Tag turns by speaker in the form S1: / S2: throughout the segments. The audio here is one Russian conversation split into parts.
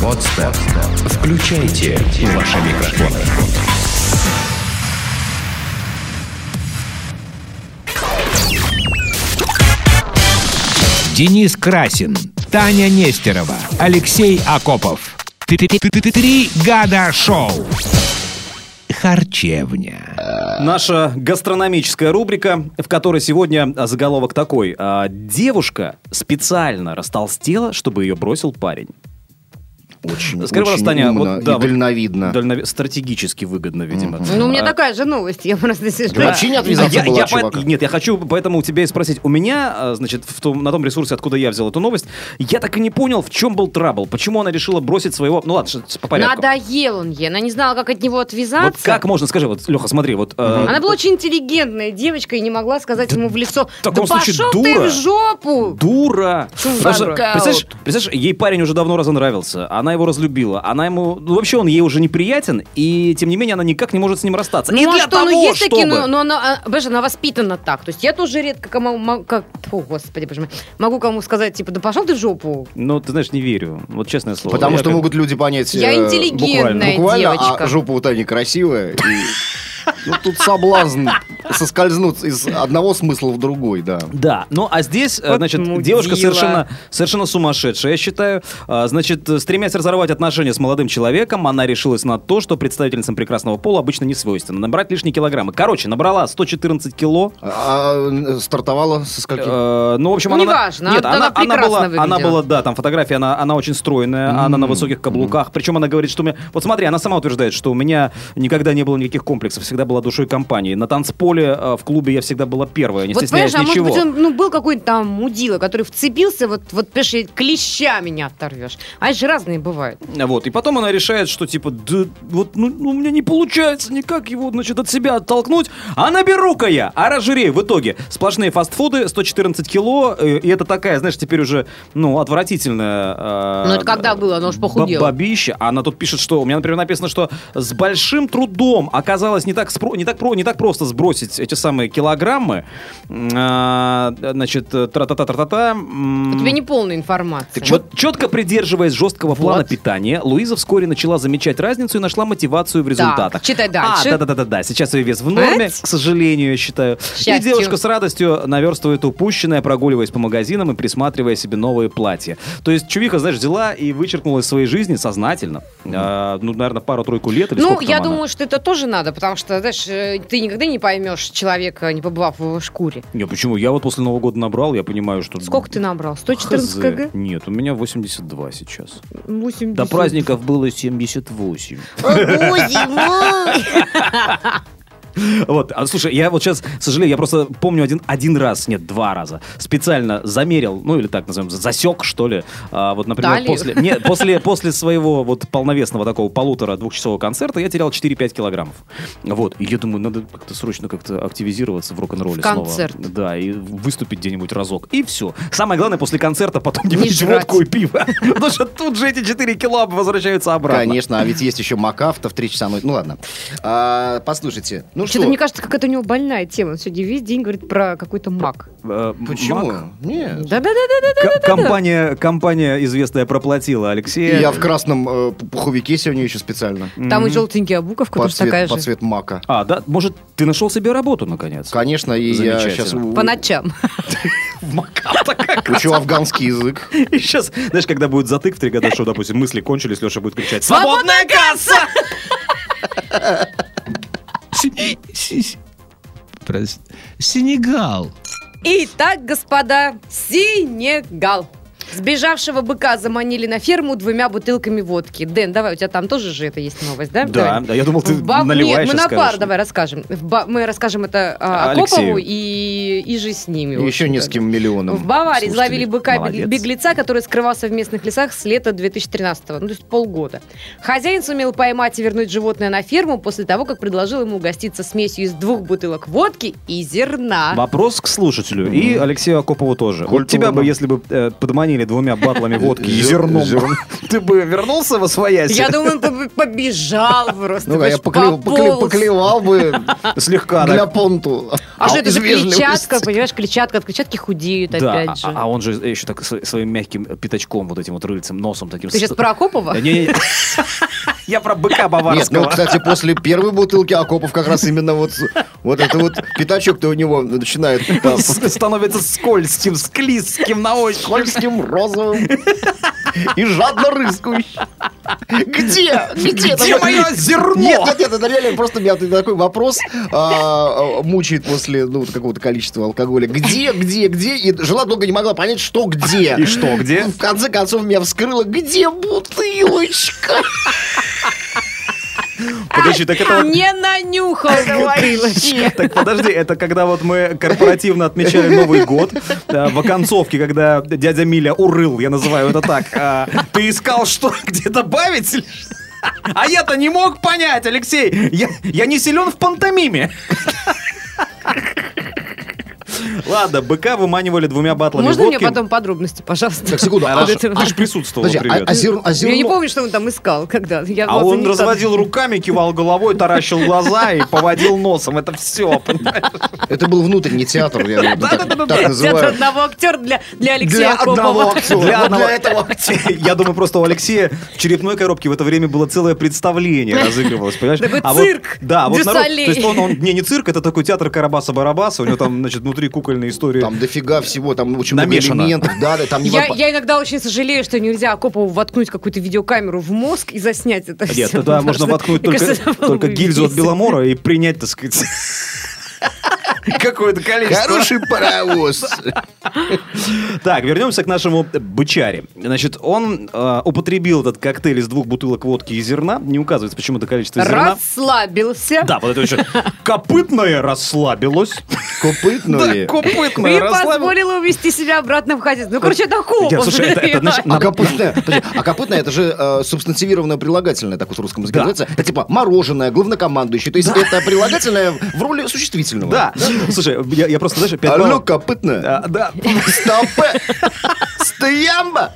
S1: Подстер. Включайте ваши микрофоны.
S2: Денис Красин, Таня Нестерова, Алексей Акопов. Три года шоу. Харчевня.
S3: Наша гастрономическая рубрика, в которой сегодня заголовок такой. а, Девушка специально растолстела, чтобы ее бросил парень. Скажи,
S4: Очень, очень
S3: пожалуйста, Таня,
S4: умно
S3: вот, да,
S4: и
S3: вот-
S4: дальновидно.
S3: Дальнове- Стратегически выгодно, видимо.
S5: Ну, у меня
S3: А,
S5: такая же новость, я просто сижу.
S4: Да. Вообще не отвязаться
S3: я,
S4: было
S3: я
S4: от чувака.
S3: по- Нет, я хочу поэтому у тебя и спросить. У меня, а, значит, в том- на том ресурсе, откуда я взял эту новость, я так и не понял, в чем был трабл. Почему она решила бросить своего... Ну ладно, ш- по порядку.
S5: Надоел он ей, она не знала, как от него отвязаться.
S3: Вот как можно, скажи, вот, Леха, смотри, вот... э,
S5: Она была очень интеллигентная девочка и не могла сказать ему в лицо,
S3: в таком
S5: да
S3: случае
S5: пошел ты
S3: дура».
S5: в жопу!
S3: Дура!
S5: Чувак.
S3: Потому что,
S5: Нокаут.
S3: представляешь, представляешь, ей парень уже давно разонравился, она его разлюбила, она ему... Ну, вообще он ей уже неприятен, и тем не менее она никак не может с ним расстаться. и
S5: Ну,
S3: для
S5: а что,
S3: того,
S5: ну, есть
S3: чтобы...
S5: такие, но, но она, а, понимаешь, она воспитана так. То есть я тоже редко кому, мо- как, фу, господи, боже мой, могу кому сказать, типа, да пошел ты в жопу.
S3: Ну, ты знаешь, не верю. Вот честное слово.
S4: Потому
S3: Я
S4: что
S3: как-
S4: могут люди понять...
S5: Я
S4: э,
S5: интеллигентная
S4: буквально, буквально,
S5: девочка.
S4: а жопа у Тани красивая. и, Ну, тут соблазн соскользнуть из одного смысла в другой, да.
S3: Да, ну а здесь, э,
S5: Вот
S3: значит,
S5: мудила.
S3: девушка совершенно, совершенно сумасшедшая, я считаю. А, Значит, э, стремясь разорвать отношения с молодым человеком, она решилась на то, что представительницам прекрасного пола обычно не свойственно. Набрать лишние килограммы. Короче, набрала 114 кило.
S4: А, э, стартовала со скольки?
S3: Э, Ну, в общем,
S5: Ну,
S3: она...
S5: неважно,
S3: Нет,
S5: она- она прекрасно
S3: была, она
S5: выглядела.
S3: была, да, там фотография, она, она очень стройная, она на высоких каблуках. Причем она говорит, что у меня... Вот смотри, она сама утверждает, что у меня никогда не было никаких комплексов, всегда была душой компании. На танцполе, э, в клубе я всегда была первая, не
S5: вот,
S3: стесняясь
S5: понимаешь, а может
S3: ничего.
S5: быть, он, ну, был какой-то там мудила, который вцепился, вот, вот, понимаешь, и клеща меня оторвешь. А это же разные бывают.
S3: Вот, и потом она решает, что типа, да, вот, ну, ну, у меня не получается никак его, значит, от себя оттолкнуть, а наберу-ка я, а разжирею в итоге. Сплошные фастфуды, 114 кило, э, и это такая, знаешь, теперь уже, ну, отвратительная... э,
S5: Ну, это когда было? Она уж похудела.
S3: баб- Бабища, а она тут пишет, что у меня, например, написано, что с большим трудом оказалось не так, спро- не так, про- не так просто сбросить эти самые килограммы, М, а, значит, э, тра-та-та-та-та-та. м.
S5: У тебя не полная информация.
S3: Вот четко придерживаясь жесткого плана питания, Луиза вскоре начала замечать разницу и нашла мотивацию в результатах.
S5: читай дальше.
S3: А, да-да-да-да, сейчас ее вес в норме,
S5: Эть?
S3: к сожалению, я считаю. И
S5: счастью.
S3: девушка с радостью наверстывает упущенное, прогуливаясь по магазинам и присматривая себе новые платья. То есть Чувиха, знаешь, взяла и вычеркнула из своей жизни сознательно, а, ну, наверное, пару-тройку лет или
S5: Ну,
S3: сколько
S5: я
S3: там она.
S5: думаю, что это тоже надо, потому что, знаешь, э, ты никогда не поймешь человека, не побывав в его шкуре.
S3: Не, почему? Я вот после Нового года набрал, я понимаю, что...
S5: Сколько ты набрал? 114
S3: Хз.
S5: кг?
S3: Нет, у меня 82 сейчас.
S5: 80.
S3: До праздников было 78. Вот, а слушай, я вот сейчас, к сожалению, я просто помню один, один раз, нет, два раза, специально замерил, ну или так назовем, засек, что ли, а, вот, например,
S5: Талию.
S3: после, нет, после, после своего вот полновесного такого полутора-двухчасового концерта я терял 4-5 килограммов. Вот, и я думаю, надо как-то срочно как-то активизироваться в рок-н-ролле
S5: В
S3: снова.
S5: концерт.
S3: Да, и выступить где-нибудь разок, и все. Самое главное, после концерта потом не пить
S5: жрать.
S3: водку и пиво, потому что тут же эти 4 кило возвращаются обратно.
S4: Конечно, а ведь есть еще Макафта в 3 часа ночи. Ну ладно. А, послушайте, ну что?
S5: Что-то мне кажется, какая-то у него больная тема. Он сегодня весь день говорит про какой-то маг.
S3: Э,
S4: Почему?
S3: Мак,
S4: Нет.
S5: Да-да-да-да.
S3: К- Компания, компания известная проплатила
S4: И
S3: Алексея.
S4: я в красном э, пу- пуховике сегодня еще специально.
S5: Там и желтенькая буковка
S4: Под
S5: тоже
S4: цвет,
S5: такая
S4: под
S5: же.
S4: цвет мака.
S3: А, да, может, ты нашел себе работу, наконец?
S4: Конечно, и я
S3: Замечательно.
S4: сейчас
S5: По ночам.
S3: В Макао-то как?
S4: учу афганский язык.
S3: И сейчас, знаешь, когда будет затык в три года, что, допустим, мысли кончились, Леша будет кричать
S5: Свободная
S3: касса!»
S2: Прости. Сенегал.
S5: Итак, господа, Синегал. Сбежавшего быка заманили на ферму двумя бутылками водки. Дэн, давай, у тебя там тоже же это есть новость, да?
S3: Да,
S5: Давай.
S3: да, я думал, ты
S5: В ба-
S3: наливаешь
S5: Нет, мы
S3: и
S5: на
S3: скажешь.
S5: пар давай расскажем. В ба- Мы расскажем это а,
S3: Алексею.
S5: Акопову и... и же с ними. в
S4: Еще
S5: общем-то.
S4: нескольким миллионам.
S5: В Баварии
S3: слушателей.
S5: зловили быка
S3: Молодец.
S5: беглеца, который скрывался в местных лесах с лета 2013 ну то есть полгода. Хозяин сумел поймать и вернуть животное на ферму после того, как предложил ему угоститься смесью из двух бутылок водки и зерна. а?
S3: Вопрос к слушателю и Алексею Акопову тоже. Вот
S4: Культурно.
S3: тебя бы, если бы э, подманили заменили двумя батлами водки и
S4: Жир-
S3: зерном.
S4: жир- Ты бы вернулся во своясь?
S5: Я думаю, он побежал просто.
S4: Ну, а я
S5: понимаешь,
S4: покле- покле-
S5: пополз.
S4: поклевал бы
S3: Слегка.
S4: для
S3: так.
S4: понту.
S5: А что это
S4: из
S5: же
S4: вежливости.
S5: клетчатка, понимаешь, клетчатка, от клетчатки худеют
S3: Да, а-
S5: опять же.
S3: а, он же еще так с- своим мягким пятачком, вот этим вот рыльцем, носом таким.
S5: Ты
S3: с-
S5: сейчас про Акопова?
S3: Да не-не-не. Я про быка
S4: Нет, ну,
S3: баварского.
S4: кстати, после первой бутылки Акопов как раз именно вот, вот это вот пятачок-то у него начинает там,
S3: С- Становится скользким, склизким на ощупь.
S4: скользким, розовым и жадно рыскающим. Где? Где?
S3: Где
S4: там-
S3: мое зерно?
S4: Нет, нет, нет, это реально просто меня такой вопрос а, а, мучает после ну, вот какого-то количества алкоголя. Где, где, где? И жила долго не могла понять, что где.
S3: И что, где?
S4: Ну, В конце концов меня вскрыло, где бутылочка?
S3: Подожди, так это вот-
S5: Не нанюхал бутылочка.
S3: Так подожди, это когда вот мы корпоративно отмечали Новый год, э, в оконцовке, когда дядя Миля урыл, я называю это так, э, ты искал что, где добавить? или что? А я-то не мог понять, Алексей, я, я не силен в пантомиме. Ладно, быка выманивали двумя батлами
S5: Можно мне
S3: водки.
S5: потом подробности, пожалуйста?
S4: Так, секунду,
S5: Об
S4: аж-
S5: этом.
S3: Аж присутствовал,
S4: Подожди, а-
S3: привет.
S4: а зерно- а
S5: Я не
S4: зерно-
S5: помню, что он там искал, когда. Я
S3: А
S5: глаза
S3: он
S5: не встала.
S3: разводил руками, кивал головой, таращил глаза и поводил носом. Это все,
S4: Это был внутренний театр, я его так- так
S5: Театр
S4: называю.
S5: одного актера для, для Алексея
S4: Для
S5: Акопова.
S4: одного актера.
S3: Для
S4: Вот
S3: одного-
S4: для этого.
S3: Я думаю, просто у Алексея в черепной коробке в это время было целое представление разыгрывалось, понимаешь?
S5: Такой
S3: А вот-
S5: цирк
S3: Да, вот народ... То
S5: Дюссалей.
S3: есть он, он, не, не цирк, это такой театр Карабаса-Барабаса, у него там, значит, внутри кукольные истории.
S4: Там дофига всего, там очень много
S3: Намешано.
S4: элементов. Да, да, там не
S5: Я,
S4: попа-
S5: я иногда очень сожалею, что нельзя Акопову воткнуть какую-то видеокамеру в мозг и заснять это
S3: Нет,
S5: всё,
S3: туда
S5: потому
S3: можно
S5: что,
S3: воткнуть
S5: мне
S3: только,
S5: кажется, это было
S3: только
S5: бы
S3: гильзу от
S5: весело.
S3: Беломора и принять, так сказать, какое-то количество.
S4: Хороший паровоз.
S3: Так, вернемся к нашему бычаре. Значит, он э, употребил этот коктейль из двух бутылок водки и зерна. Не указывается почему-то количество зерна.
S5: Расслабился.
S3: Да, вот это еще копытное расслабилось.
S4: Копытнули.
S5: И
S3: копытное
S5: позволила увести себя обратно в хозяйство. Ну, короче, это Акопов.
S3: Нет, слушай, это- это,
S5: реально.
S3: значит,
S4: А
S3: Надо-
S4: капустная, подожди, а капустная это же э, субстантивированное прилагательное, так вот в русском языке
S3: Да.
S4: называется. Это типа мороженое, главнокомандующий. То есть это прилагательное в роли существительного.
S3: Да, слушай, я, я просто, знаешь, пять
S4: Алло,
S3: баллов-
S4: копытная.
S3: А, да,
S4: Стопе. Стоямба.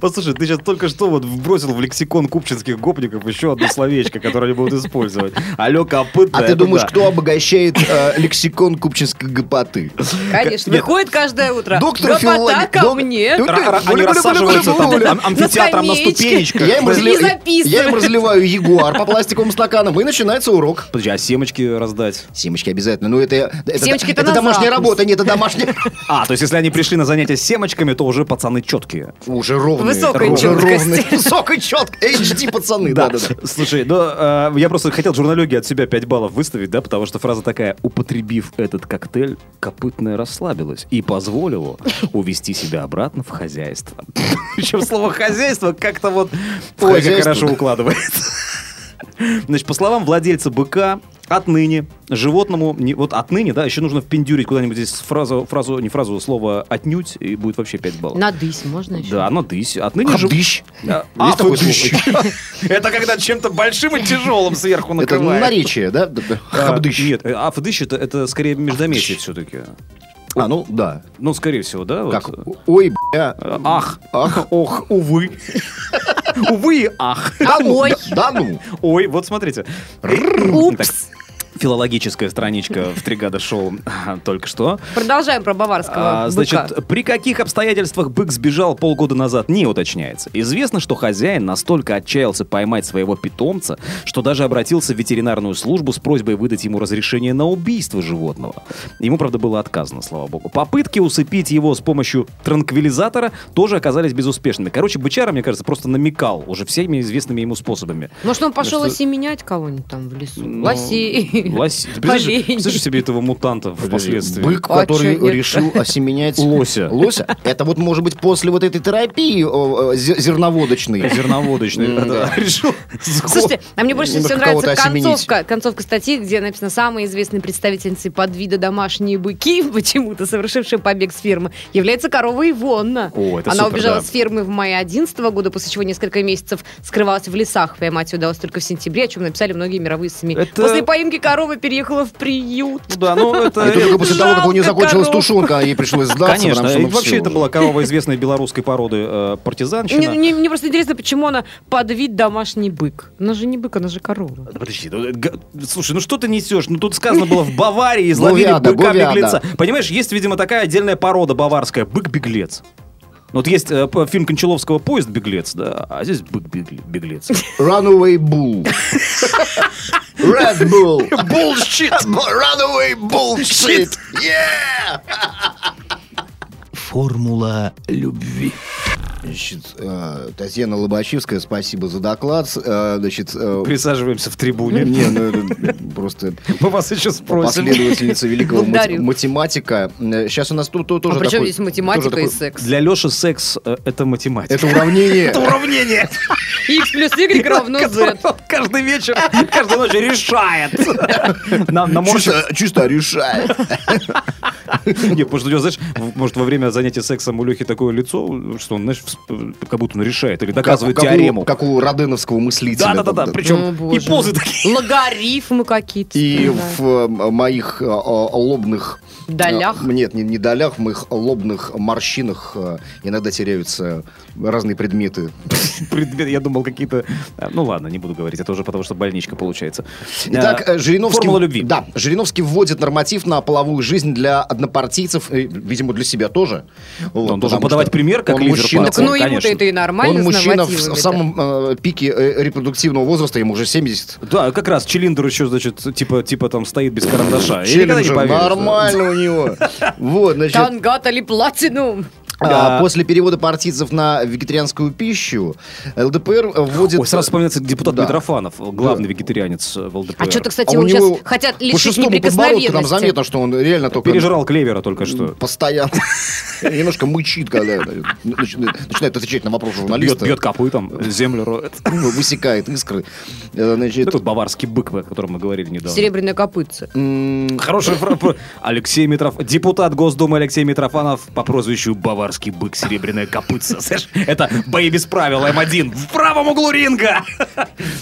S3: послушай, ты сейчас только что вот вбросил в лексикон купчинских гопников еще одно словечко, которое они будут использовать. Алло, копытное.
S4: А ты
S3: это
S4: думаешь,
S3: да.
S4: кто обогащает э, лексикон купчинской гопоты?
S5: Конечно,
S3: Нет.
S5: выходит каждое утро.
S4: Доктор
S5: Гопота
S4: филологии,
S5: ко
S4: док-
S5: мне.
S4: Ты-
S3: Ра- ра- Они
S4: Гуля-гуля-гуля-гуля-гуля.
S3: рассаживаются там а- ам- амфитеатром на
S5: скамеечке.
S3: ступенечках.
S4: Я им,
S5: Ты не
S4: разли- я им
S5: записывай.
S4: разливаю ягуар по пластиковым стаканам, и начинается урок.
S3: Подожди, а семечки раздать?
S4: Семечки обязательно. Ну, это, это,
S5: Семечки-то
S4: это
S5: на
S4: домашняя
S5: запуск.
S4: работа, нет, это домашняя...
S3: А, то есть если они пришли на занятия с семечками, то уже пацаны четкие.
S4: Уже ровные.
S5: Высокой
S4: уже
S5: чёткости.
S4: ровные. Высокой четко. HD пацаны,
S3: Да,
S4: да, да, да.
S3: Слушай, ну, э, я просто хотел журналюги от себя 5 баллов выставить, да, потому что фраза такая, употребив этот коктейль, копытная расслабилась и позволила увести себя обратно в хозяйство. Причем слово хозяйство как-то вот ой, как
S4: Хозяйство,
S3: хорошо
S4: да.
S3: укладывается. Значит, по словам владельца быка, отныне животному, не, вот отныне, да, еще нужно впендюрить куда-нибудь здесь фразу, фразу, не фразу, а слово отнюдь, и будет вообще 5 баллов.
S5: Надысь можно еще?
S3: Да, надысь. Отныне жив-
S4: Хабыщ.
S3: а,
S4: Есть такое
S3: дыщ.
S4: слово?
S3: Это когда чем-то большим и тяжелым сверху
S4: Это
S3: накрывает.
S4: наречие, да? Да, да. Хабдыщ.
S3: А, Нет, э, афдыщ это, это скорее междометие все-таки.
S4: А, ну, да.
S3: Ну, скорее всего, да? вот.
S4: Как? Ой, бля.
S3: Э, Ах.
S4: Ах.
S3: Ох, увы. Увы и ах.
S4: Да ну,
S5: ой.
S4: Да да ну.
S3: Ой, вот смотрите.
S5: Упс.
S3: Так, Филологическая страничка в Тригада шоу только что.
S5: Продолжаем про баварского
S3: А,
S5: быка.
S3: значит, при каких обстоятельствах бык сбежал полгода назад, не уточняется. Известно, что хозяин настолько отчаялся поймать своего питомца, что даже обратился в ветеринарную службу с просьбой выдать ему разрешение на убийство животного. Ему, правда, было отказано, слава богу. Попытки усыпить его с помощью транквилизатора тоже оказались безуспешными. Короче, бычара, мне кажется, просто намекал уже всеми известными ему способами.
S5: Может, он пошел
S3: что-
S5: осеменять кого-нибудь там в лесу?
S3: Ну,
S5: Лосей.
S3: Лось. Ты представляешь
S5: Оленей.
S3: представляешь себе этого мутанта впоследствии?
S4: Бык,
S5: А
S4: который
S5: чё нет?
S4: решил осеменять...
S3: Лося.
S4: Лося? Это вот, может быть, после вот этой терапии э, э, зе- зерноводочной.
S3: Зерноводочный.
S4: М,
S3: Да,
S4: да.
S3: Решил.
S5: Слушайте, а мне больше всего
S4: Немножко
S5: нравится
S4: кого-то осеменить.
S5: концовка, концовка статьи, где написано «Самые известные представительницы подвида домашние быки, почему-то совершившие побег с фермы, является корова Ивонна».
S3: О, это
S5: Она
S3: супер,
S5: убежала
S3: да.
S5: с фермы в мае 11 года, после чего несколько месяцев скрывалась в лесах. Поймать ее удалось только в сентябре, о чем написали многие мировые СМИ.
S3: Это-
S5: После поимки корова переехала в приют.
S3: Ну да, ну это...
S4: Это только после того, как у нее
S5: Жалко
S4: закончилась
S5: коров.
S4: тушенка, а ей пришлось сдаться.
S3: Конечно,
S4: потому что,
S3: и
S4: ну,
S3: вообще
S4: всё
S3: это
S4: уже.
S3: была корова известной белорусской породы э, партизанщина.
S5: Мне, мне- мне просто интересно, почему она под вид домашний бык. Она же не бык, она же корова.
S3: Да Подожди, ну, э, га- слушай, ну что ты несешь? Ну тут сказано было в Баварии изловили
S4: Говяда,
S3: быка-беглеца. Понимаешь, есть, видимо, такая отдельная порода баварская, бык-беглец. Вот есть э, п- фильм Кончаловского «Поезд беглец», да, а здесь бык-беглец.
S4: Runaway Bull. Red Bull. Bullshit. Runaway Bullshit. Yeah!
S2: Формула любви.
S4: Значит, э, Татьяна Лобачевская, спасибо за доклад. С- э, Значит, э,
S3: Присаживаемся в трибуне.
S4: не, ну это просто
S3: Мы вас еще спросим.
S4: последовательница великого мати-
S5: Благодарю.
S4: математика. Сейчас у нас тут тут
S5: А
S4: тоже
S5: при чем
S4: такой-
S5: здесь математика
S4: тоже
S5: и
S4: такой-
S5: секс?
S3: Для Леши секс э, это математика.
S4: Это уравнение.
S3: уравнение,
S5: X плюс Y равно Z.
S3: которое он каждый вечер, каждую ночь решает. На, на
S4: Чисто, чисто решает.
S3: Не, потому что, у него, знаешь, в- может, во время занятия сексом у Лехи такое лицо, что он, знаешь, всп- как будто он решает или доказывает
S4: Как у-
S3: теорему.
S4: Как у роденовского мыслителя.
S3: Да-да-да,
S4: Там,
S5: О,
S3: причем и
S5: боже.
S3: позы такие.
S5: Логарифмы какие-то.
S4: И
S5: да.
S4: в э, м- моих э, э, лобных...
S5: Долях.
S4: э, Нет, не, не долях, в моих лобных морщинах э, иногда теряются разные предметы.
S3: Предмет, Я думал, какие-то... а, Ну ладно, не буду говорить, это уже потому что больничка получается.
S4: Итак,
S3: А,
S4: э, Жириновский...
S3: Формула любви.
S4: Да, Жириновский вводит норматив на половую жизнь для однопартийцев, э, видимо, для себя тоже. Вот,
S3: Он должен
S4: потому
S3: подавать
S4: что
S3: пример, как
S4: он
S3: лидер
S4: мужчина.
S5: Так
S3: партии,
S5: ну ему-то
S3: конечно.
S5: это и нормально
S4: Он
S5: с
S4: мужчина в,
S5: нормативами-то.
S4: в самом э, пике э, репродуктивного возраста, ему уже 70.
S3: Да, как раз Челиндер еще, значит, типа, типа там стоит без карандаша. Я никогда А не
S4: Челленджер,
S3: поверю, что-
S4: нормально у него. Вот, значит,
S5: Тангата или платинум.
S4: А,
S3: Да.
S4: После перевода партийцев на вегетарианскую пищу ЛДПR вводит...
S3: Ой, сразу вспоминается депутат
S4: Да.
S3: Митрофанов, главный вегетарианец э, в ЛДПР.
S5: А что-то,
S4: А
S5: кстати,
S4: у
S5: его
S4: него
S5: сейчас хотят
S4: По
S5: лишить
S4: шестому подбородку там
S5: неприкосновенности.
S4: заметно, что он реально только...
S3: Пережрал клевера только что.
S4: Постоянно. Немножко мычит, когда э, начинает начинает отвечать на вопросы
S3: Бьет,
S4: журналиста.
S3: бьет
S4: Э,
S3: копытом, землю роет.
S4: Высекает искры. Э, Значит,
S3: Это Ну, баварский бык, о котором мы говорили недавно.
S5: Серебряная копытца.
S4: м,
S3: Хорошая фраза. Алексей Митрофанов. Депутат Госдумы Алексей Митрофанов по прозвищу Баварский бык Серебряная копытца. Знаешь, это бои без правил М1 в правом углу ринга.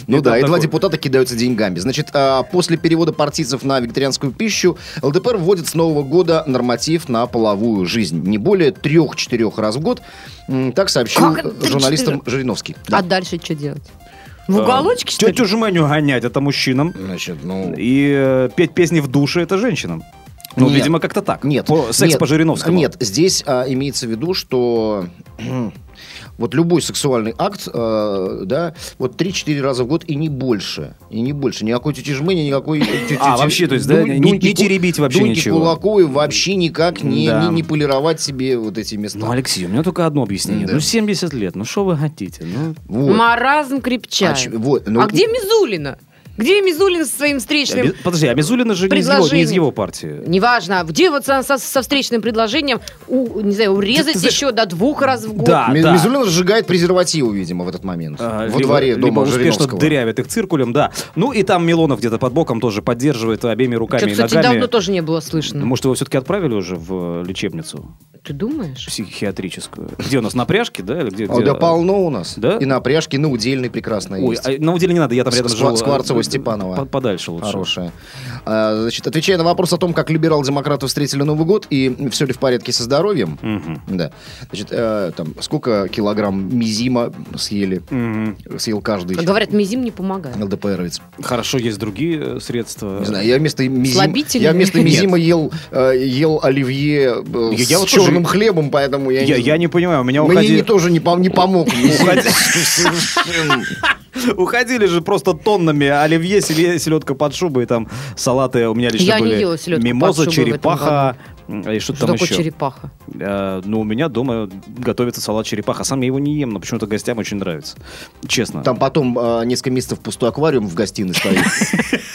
S4: Ну да, и два
S3: такое.
S4: депутата кидаются деньгами. Значит, а, после перевода партийцев на вегетарианскую пищу ЛДПР вводит с нового года норматив на половую жизнь. Не более трех-четырех раз в год. М, Так сообщил
S5: Как это
S4: э, журналистам Жириновский.
S5: А дальше что делать?
S4: А,
S5: В уголочке, что ли?
S3: Тетю Жменю гонять, это мужчинам.
S4: Значит, ну...
S3: И э, петь песни в душе, это женщинам. Ну,
S4: Нет.
S3: видимо, как-то так.
S4: Нет.
S3: По- секс
S4: нет,
S3: по Жириновскому.
S4: Нет, здесь а, имеется в виду, что вот любой сексуальный акт, э, да, вот 3-4 раза в год и не больше. И не больше. Никакой тети Жмени, никакой... тети-
S3: А, вообще, то есть, да,
S4: Дунь-
S3: не-
S4: Дуньки
S3: не
S4: Ку-
S3: теребить вообще
S4: Дуньки
S3: ничего.
S4: Кулаковой вообще никак не,
S3: Да.
S4: не, не полировать себе вот эти места.
S3: Ну, Алексей, у меня только одно объяснение.
S4: М-да.
S3: Ну, 70 лет, ну что вы хотите? Ну,
S4: Вот.
S5: Маразм
S4: А,
S5: крепчает.
S4: ч- вот, ну,
S5: А где Мизулина? Где Мизулин со своим встречным...
S3: Без- Подожди, а Мизулина же не из, его, не из
S5: Предложение.
S3: его партии.
S5: Неважно, а где вот со, со- со встречным предложением, у- не знаю, урезать
S3: ты знаешь-
S5: еще до двух раз в год.
S3: Да,
S4: Ми-
S3: А, да.
S4: Мизулин сжигает презервативы, видимо, в этот момент.
S3: А,
S4: во
S3: либо-
S4: дворе
S3: либо
S4: дома
S3: успешно
S4: Жириновского.
S3: дырявят их циркулем, да. Ну и там Милонов где-то под боком тоже поддерживает обеими руками
S5: Что-то,
S3: и
S5: кстати,
S3: ногами.
S5: давно тоже не было слышно.
S3: Может, его все-таки отправили уже в э, лечебницу
S5: Ты думаешь?
S3: психиатрическую? Где у нас, на пряжке, да? Или где,
S4: А,
S3: где?
S4: да полно у нас.
S3: Да?
S4: И на пряжке, и на удельной прекрасно
S3: Ой,
S4: есть.
S3: а, на деле не надо, я там рядом
S4: Сква-
S3: жил. э,
S4: Скворцова,
S3: э,
S4: Степанова.
S3: по- подальше лучше.
S4: Хорошая. А, Значит, отвечая на вопрос о том, как либерал-демократы встретили Новый год и все ли в порядке со здоровьем,
S3: Мгм.
S4: да. Значит, э, там сколько килограмм мизима съели,
S3: Мгм.
S4: съел каждый
S5: Говорят, мизим не
S3: Ну,
S5: помогает.
S4: ЛДПРовец.
S3: Хорошо, есть другие э, средства.
S4: Не знаю, я вместо мизима,
S5: Слабительные?
S4: я вместо мизима ел, э, ел оливье э,
S3: Я-
S4: с
S3: я вот тоже-
S4: черным хлебом, поэтому я,
S3: Я,
S4: не...
S3: я не понимаю, у меня
S4: Мне
S3: уходи-
S4: не тоже не, пом- не помог. мизим.
S3: Уходи.
S4: Совершенно.
S3: уходили же просто тоннами оливье, селе- селедка под шубой, там салаты у меня лично
S5: Я не
S3: были.
S5: ела селедку под
S3: Мимоза,
S5: шубой в этом
S3: черепаха, м, и что-то
S5: Что
S3: там
S5: такое
S3: еще.
S5: черепаха?
S3: Э, Но у меня дома готовится салат черепаха. Сам я его не ем, но почему-то гостям очень нравится. Честно.
S4: Там потом э, несколько месяцев пустой аквариум в гостиной стоит.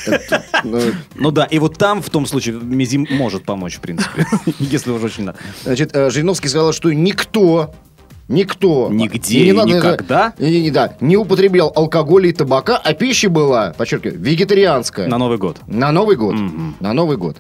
S4: Это, ну,
S3: Ну да, и вот там в том случае мизим может помочь, в принципе. Если уже очень надо.
S4: Значит, э, Жириновский сказал, что никто, никто...
S3: Нигде
S4: и
S3: и никогда?
S4: Не, не, не, да, не употреблял алкоголя и табака, а пища была, подчеркиваю, вегетарианская.
S3: На Новый год.
S4: На Новый год.
S3: Мгм.
S4: На Новый год.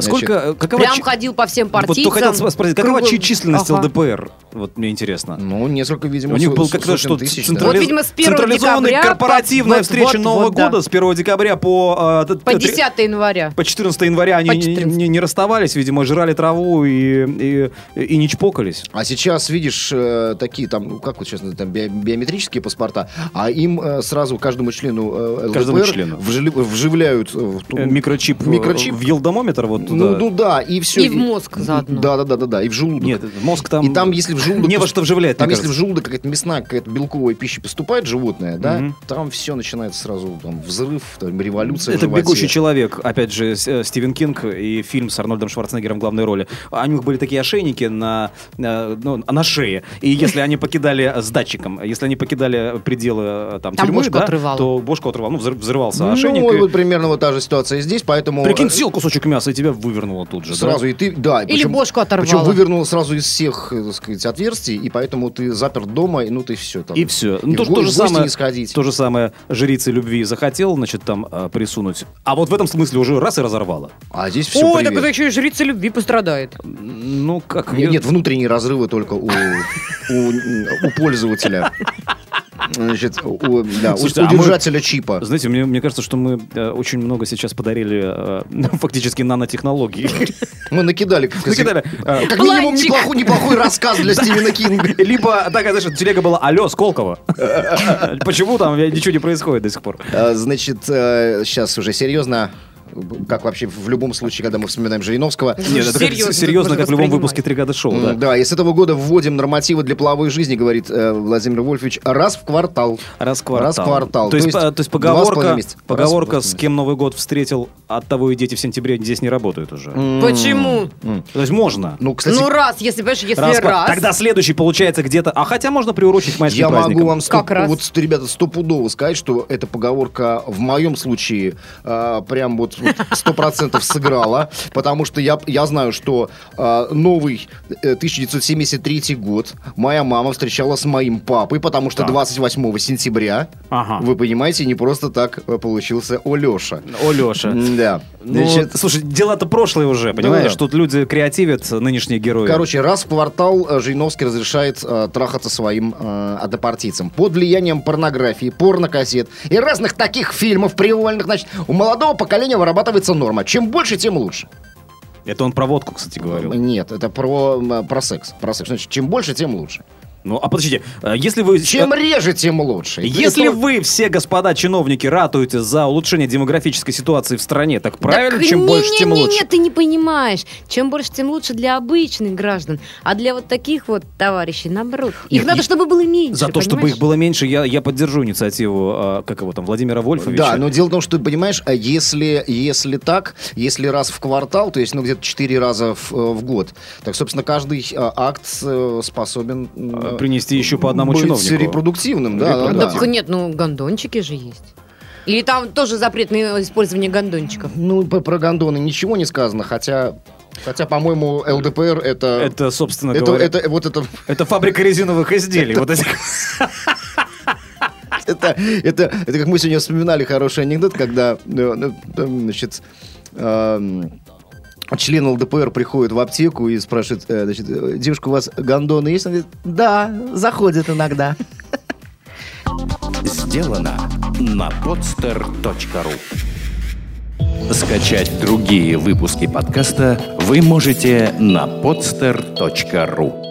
S3: Сколько, э, какова
S5: Прям
S3: чи-
S5: ходил по всем
S3: Вот
S5: партийцам.
S3: кто хотел сп- спросить, какова
S5: Круглым-
S3: чи- численность
S5: Ага.
S3: ЛДПР? Вот мне интересно.
S4: Ну, несколько, видимо,
S3: У них
S4: со-
S3: был как-то
S4: сотен
S3: что
S4: тысяч, да.
S3: централи-
S5: Вот, видимо, с 1
S3: централизованная
S5: декабря
S3: корпоративная
S5: под-
S3: встреча
S5: вот-
S3: Нового
S5: вот, да.
S3: года с 1 декабря по, э, т-
S5: По
S3: т-
S5: 10 января.
S3: по 14 января они
S5: По
S3: не-
S5: 14.
S3: Не, не расставались, видимо, жрали траву и, и, и не чпокались.
S4: А сейчас, видишь, э, такие там, ну, как вот сейчас, там, био- биометрические паспорта, а им э, сразу каждому члену э, ЛДПР
S3: Каждому члену.
S4: вжили- вживляют э, в ту-
S3: Э, Микрочип, э,
S4: Микрочип?
S3: в елдомометр. Вот,
S4: Ну,
S3: да.
S4: ну да, и все.
S5: И в мозг заодно.
S4: Да, да, да, да, да, и в желудок.
S3: Нет, мозг там...
S4: И там, если в желудок...
S3: Не во что вживляет,
S4: Там,
S3: мне
S4: если в
S3: кажется.
S4: желудок какая-то мясная, какая-то белковая пища поступает, животное, да,
S3: Мгм.
S4: там все начинается сразу, там, взрыв, там, революция в
S3: Это
S4: животе.
S3: «Бегущий человек», опять же, с- э, Стивен Кинг и фильм с Арнольдом Шварценеггером в главной роли. А У них были такие ошейники на, э, ну, на шее, и если они покидали с датчиком, если они покидали пределы э, там,
S5: Там
S3: тюрьмы,
S5: бошку
S3: да,
S5: отрывало.
S3: то бошку отрывал, ну, взрыв- взрывался ошейник.
S4: Ну,
S3: и-
S4: вот примерно вот та же ситуация и здесь, поэтому...
S3: Прикинь,
S4: э,
S3: съел кусочек мяса, и тебя вывернуло тут же. да?
S4: Сразу и ты, да. и
S5: Или
S4: причем-
S5: бошку оторвало.
S4: Причем вывернуло сразу из всех, э, так сказать, отверстий, и поэтому ты запер дома, и ну ты все там.
S3: И все.
S4: И
S3: Ну, то,
S4: в го-
S3: то
S4: в
S3: же
S4: гости
S3: самое,
S4: не сходить.
S3: то же самое жрицы любви захотел, значит, там э, присунуть. А вот в этом смысле уже раз и разорвало.
S4: А здесь все
S5: Ой, так это еще и жрица любви пострадает.
S3: Ну, как...
S4: Нет, нет, внутренние разрывы только у, у, у пользователя. Значит, у, да, у-
S3: Слушайте,
S4: у
S3: а мы-
S4: держателя чипа.
S3: Знаете, мне, мне кажется, что мы э, очень много сейчас подарили э, фактически нанотехнологии.
S4: Мы накидали, как,
S3: Накидали, э,
S4: как минимум,
S5: Планчик.
S4: неплохой, неплохой рассказ для Стивена Кинга.
S3: Либо такая, знаешь, телега была «Алло, Сколково». Почему там ничего не происходит до сих пор?
S4: А, Значит, э, сейчас уже серьезно, как вообще в любом случае, когда мы вспоминаем Жириновского,
S3: Нет, это как-
S5: Серьезно,
S3: серьезно,
S5: можно
S3: как в любом
S5: воспринимать.
S3: выпуске «Три года шоу»,
S4: М,
S3: да.
S4: Да, и с этого года вводим нормативы для половой жизни, говорит э, Владимир Вольфович, раз в квартал.
S3: Раз в квартал.
S4: Раз в квартал.
S3: То есть,
S4: То есть
S3: по- то есть
S4: два с половиной
S3: поговорка,
S4: месяца.
S3: поговорка
S4: Раз в
S3: с кем Новый год встретил, от того и дети в сентябре здесь не работают уже.
S5: Почему?
S3: То есть можно.
S4: Ну, кстати,
S5: ну раз, если, понимаешь, если
S3: Раз,
S5: раз.
S3: ква- Тогда следующий получается где-то... А хотя можно приурочить к майским
S4: я
S3: праздникам.
S4: могу вам сто-
S5: Как раз.
S4: вот, ст- ребята, стопудово сказать, что эта поговорка в моем случае э, прям вот вот сто процентов сыграла, потому что я, я знаю, что э, новый э, 1973 год моя мама встречала с моим папой, потому что
S3: Так. А.
S4: 28 сентября,
S3: Ага.
S4: вы понимаете, не просто так э, получился Олеша.
S3: О, Леша.
S4: Да.
S3: Ну, слушай, дела-то прошлые уже, понимаешь?
S4: Ну Да.
S3: Тут люди креативят, нынешние герои.
S4: Короче, раз в квартал э, Жириновский разрешает э, трахаться своим э, однопартийцам. Под влиянием порнографии, порнокассет и разных таких фильмов привольных, значит, у молодого поколения вырабатывается норма. Чем больше, тем лучше.
S3: Это он про водку, кстати, говорил.
S4: Нет, это про, м, про секс. Про секс. Значит, чем больше, тем лучше.
S3: Ну, а подождите, э, если вы...
S4: Чем
S3: э,
S4: реже, тем лучше. И-
S3: Если
S4: и-
S3: вы, все господа чиновники, ратуете за улучшение демографической ситуации в стране, так
S5: Да
S3: правильно,
S5: к-
S3: чем
S5: не,
S3: больше,
S5: не,
S3: тем
S5: не,
S3: лучше.
S5: Нет, ты не понимаешь. Чем больше, тем лучше для обычных граждан. А для вот таких вот товарищей, наоборот. Их
S3: Нет,
S5: надо,
S3: не-
S5: чтобы было меньше,
S3: За то, чтобы
S5: понимаешь?
S3: их было меньше, я, я поддержу инициативу, э, как его там, Владимира Вольфовича.
S4: Да, ну, но дело в том, что, понимаешь, а если, если так, если раз в квартал, то есть, ну, где-то четыре раза в, э, в год, так, собственно, каждый э, акт э, способен
S3: Э,
S4: э,
S3: Принести еще по одному
S4: быть
S3: чиновнику.
S4: репродуктивным, да, да, да.
S5: Так нет, ну гондончики же есть. Или там тоже запрет на использование гондончиков.
S4: Ну, п- про гондоны ничего не сказано, хотя, хотя по-моему, ЛДПР это...
S3: Это, собственно
S4: это,
S3: говоря, это,
S4: это- вот это,
S3: фабрика резиновых изделий. Вот этих.
S4: это, это, это как мы сегодня вспоминали хороший анекдот, когда, э, ну, там, значит, эм, член ЛДПР приходит в аптеку и спрашивает, э, значит, э, девушка, у вас гондоны есть? Она говорит, да, заходит иногда.
S1: Сделано на podster.ru Скачать другие выпуски подкаста вы можете на podster.ru